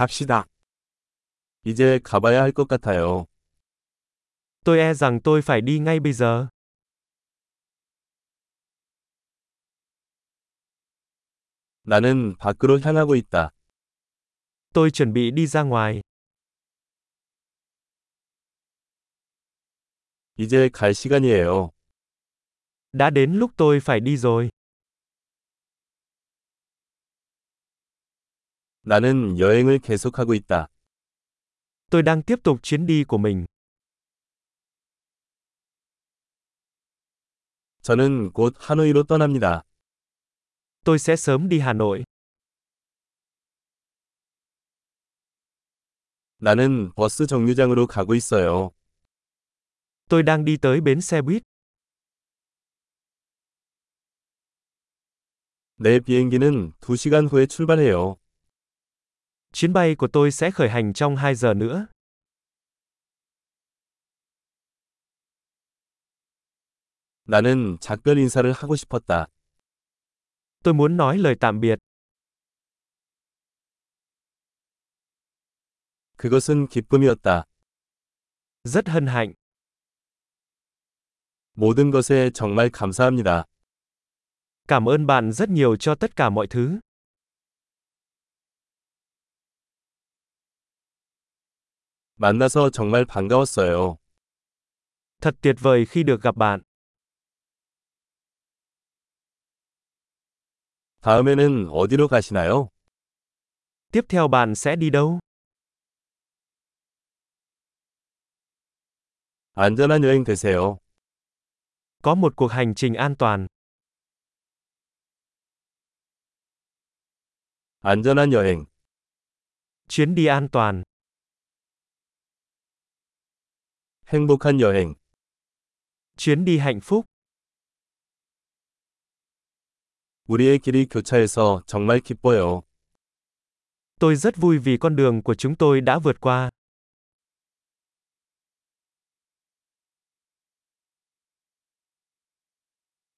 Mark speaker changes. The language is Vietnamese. Speaker 1: 갑시다. 이제 가봐야 할 것 같아요.
Speaker 2: Tôi e rằng tôi phải đi ngay bây giờ.
Speaker 1: 나는 밖으로 향하고 있다.
Speaker 2: Tôi chuẩn bị đi ra ngoài.
Speaker 1: 이제 갈 시간이에요.
Speaker 2: Đã đến lúc tôi phải đi rồi.
Speaker 1: 나는 여행을 계속하고 있다.
Speaker 2: Tôi đang tiếp tục chuyến đi của mình.
Speaker 1: 저는 곧 하노이로 떠납니다.
Speaker 2: Tôi sẽ sớm đi Hà Nội.
Speaker 1: 나는 버스 정류장으로 가고 있어요.
Speaker 2: Tôi đang đi tới bến xe buýt.
Speaker 1: 내 비행기는 2시간 후에 출발해요.
Speaker 2: Chuyến bay của tôi sẽ khởi hành trong 2 giờ nữa.
Speaker 1: 나는 작별 인사를 하고 싶었다.
Speaker 2: Tôi muốn nói lời tạm biệt.
Speaker 1: 그것은 기쁨이었다.
Speaker 2: Rất hân hạnh.
Speaker 1: 모든 것에 정말 감사합니다.
Speaker 2: Cảm ơn bạn rất nhiều cho tất cả mọi thứ.
Speaker 1: 만나서 정말 반가웠어요.
Speaker 2: Thật tuyệt vời khi được gặp bạn.
Speaker 1: 다음에는 어디로 가시나요?
Speaker 2: Tiếp theo bạn sẽ đi đâu?
Speaker 1: 안전한 여행 되세요.
Speaker 2: Có một cuộc hành trình an toàn.
Speaker 1: 안전한 여행.
Speaker 2: Chuyến đi an toàn.
Speaker 1: 행복한 여행.
Speaker 2: Chuyến đi hạnh phúc.
Speaker 1: 우리의 길이 교차해서 정말 기뻐요.
Speaker 2: Tôi rất vui vì con đường của chúng tôi đã vượt qua.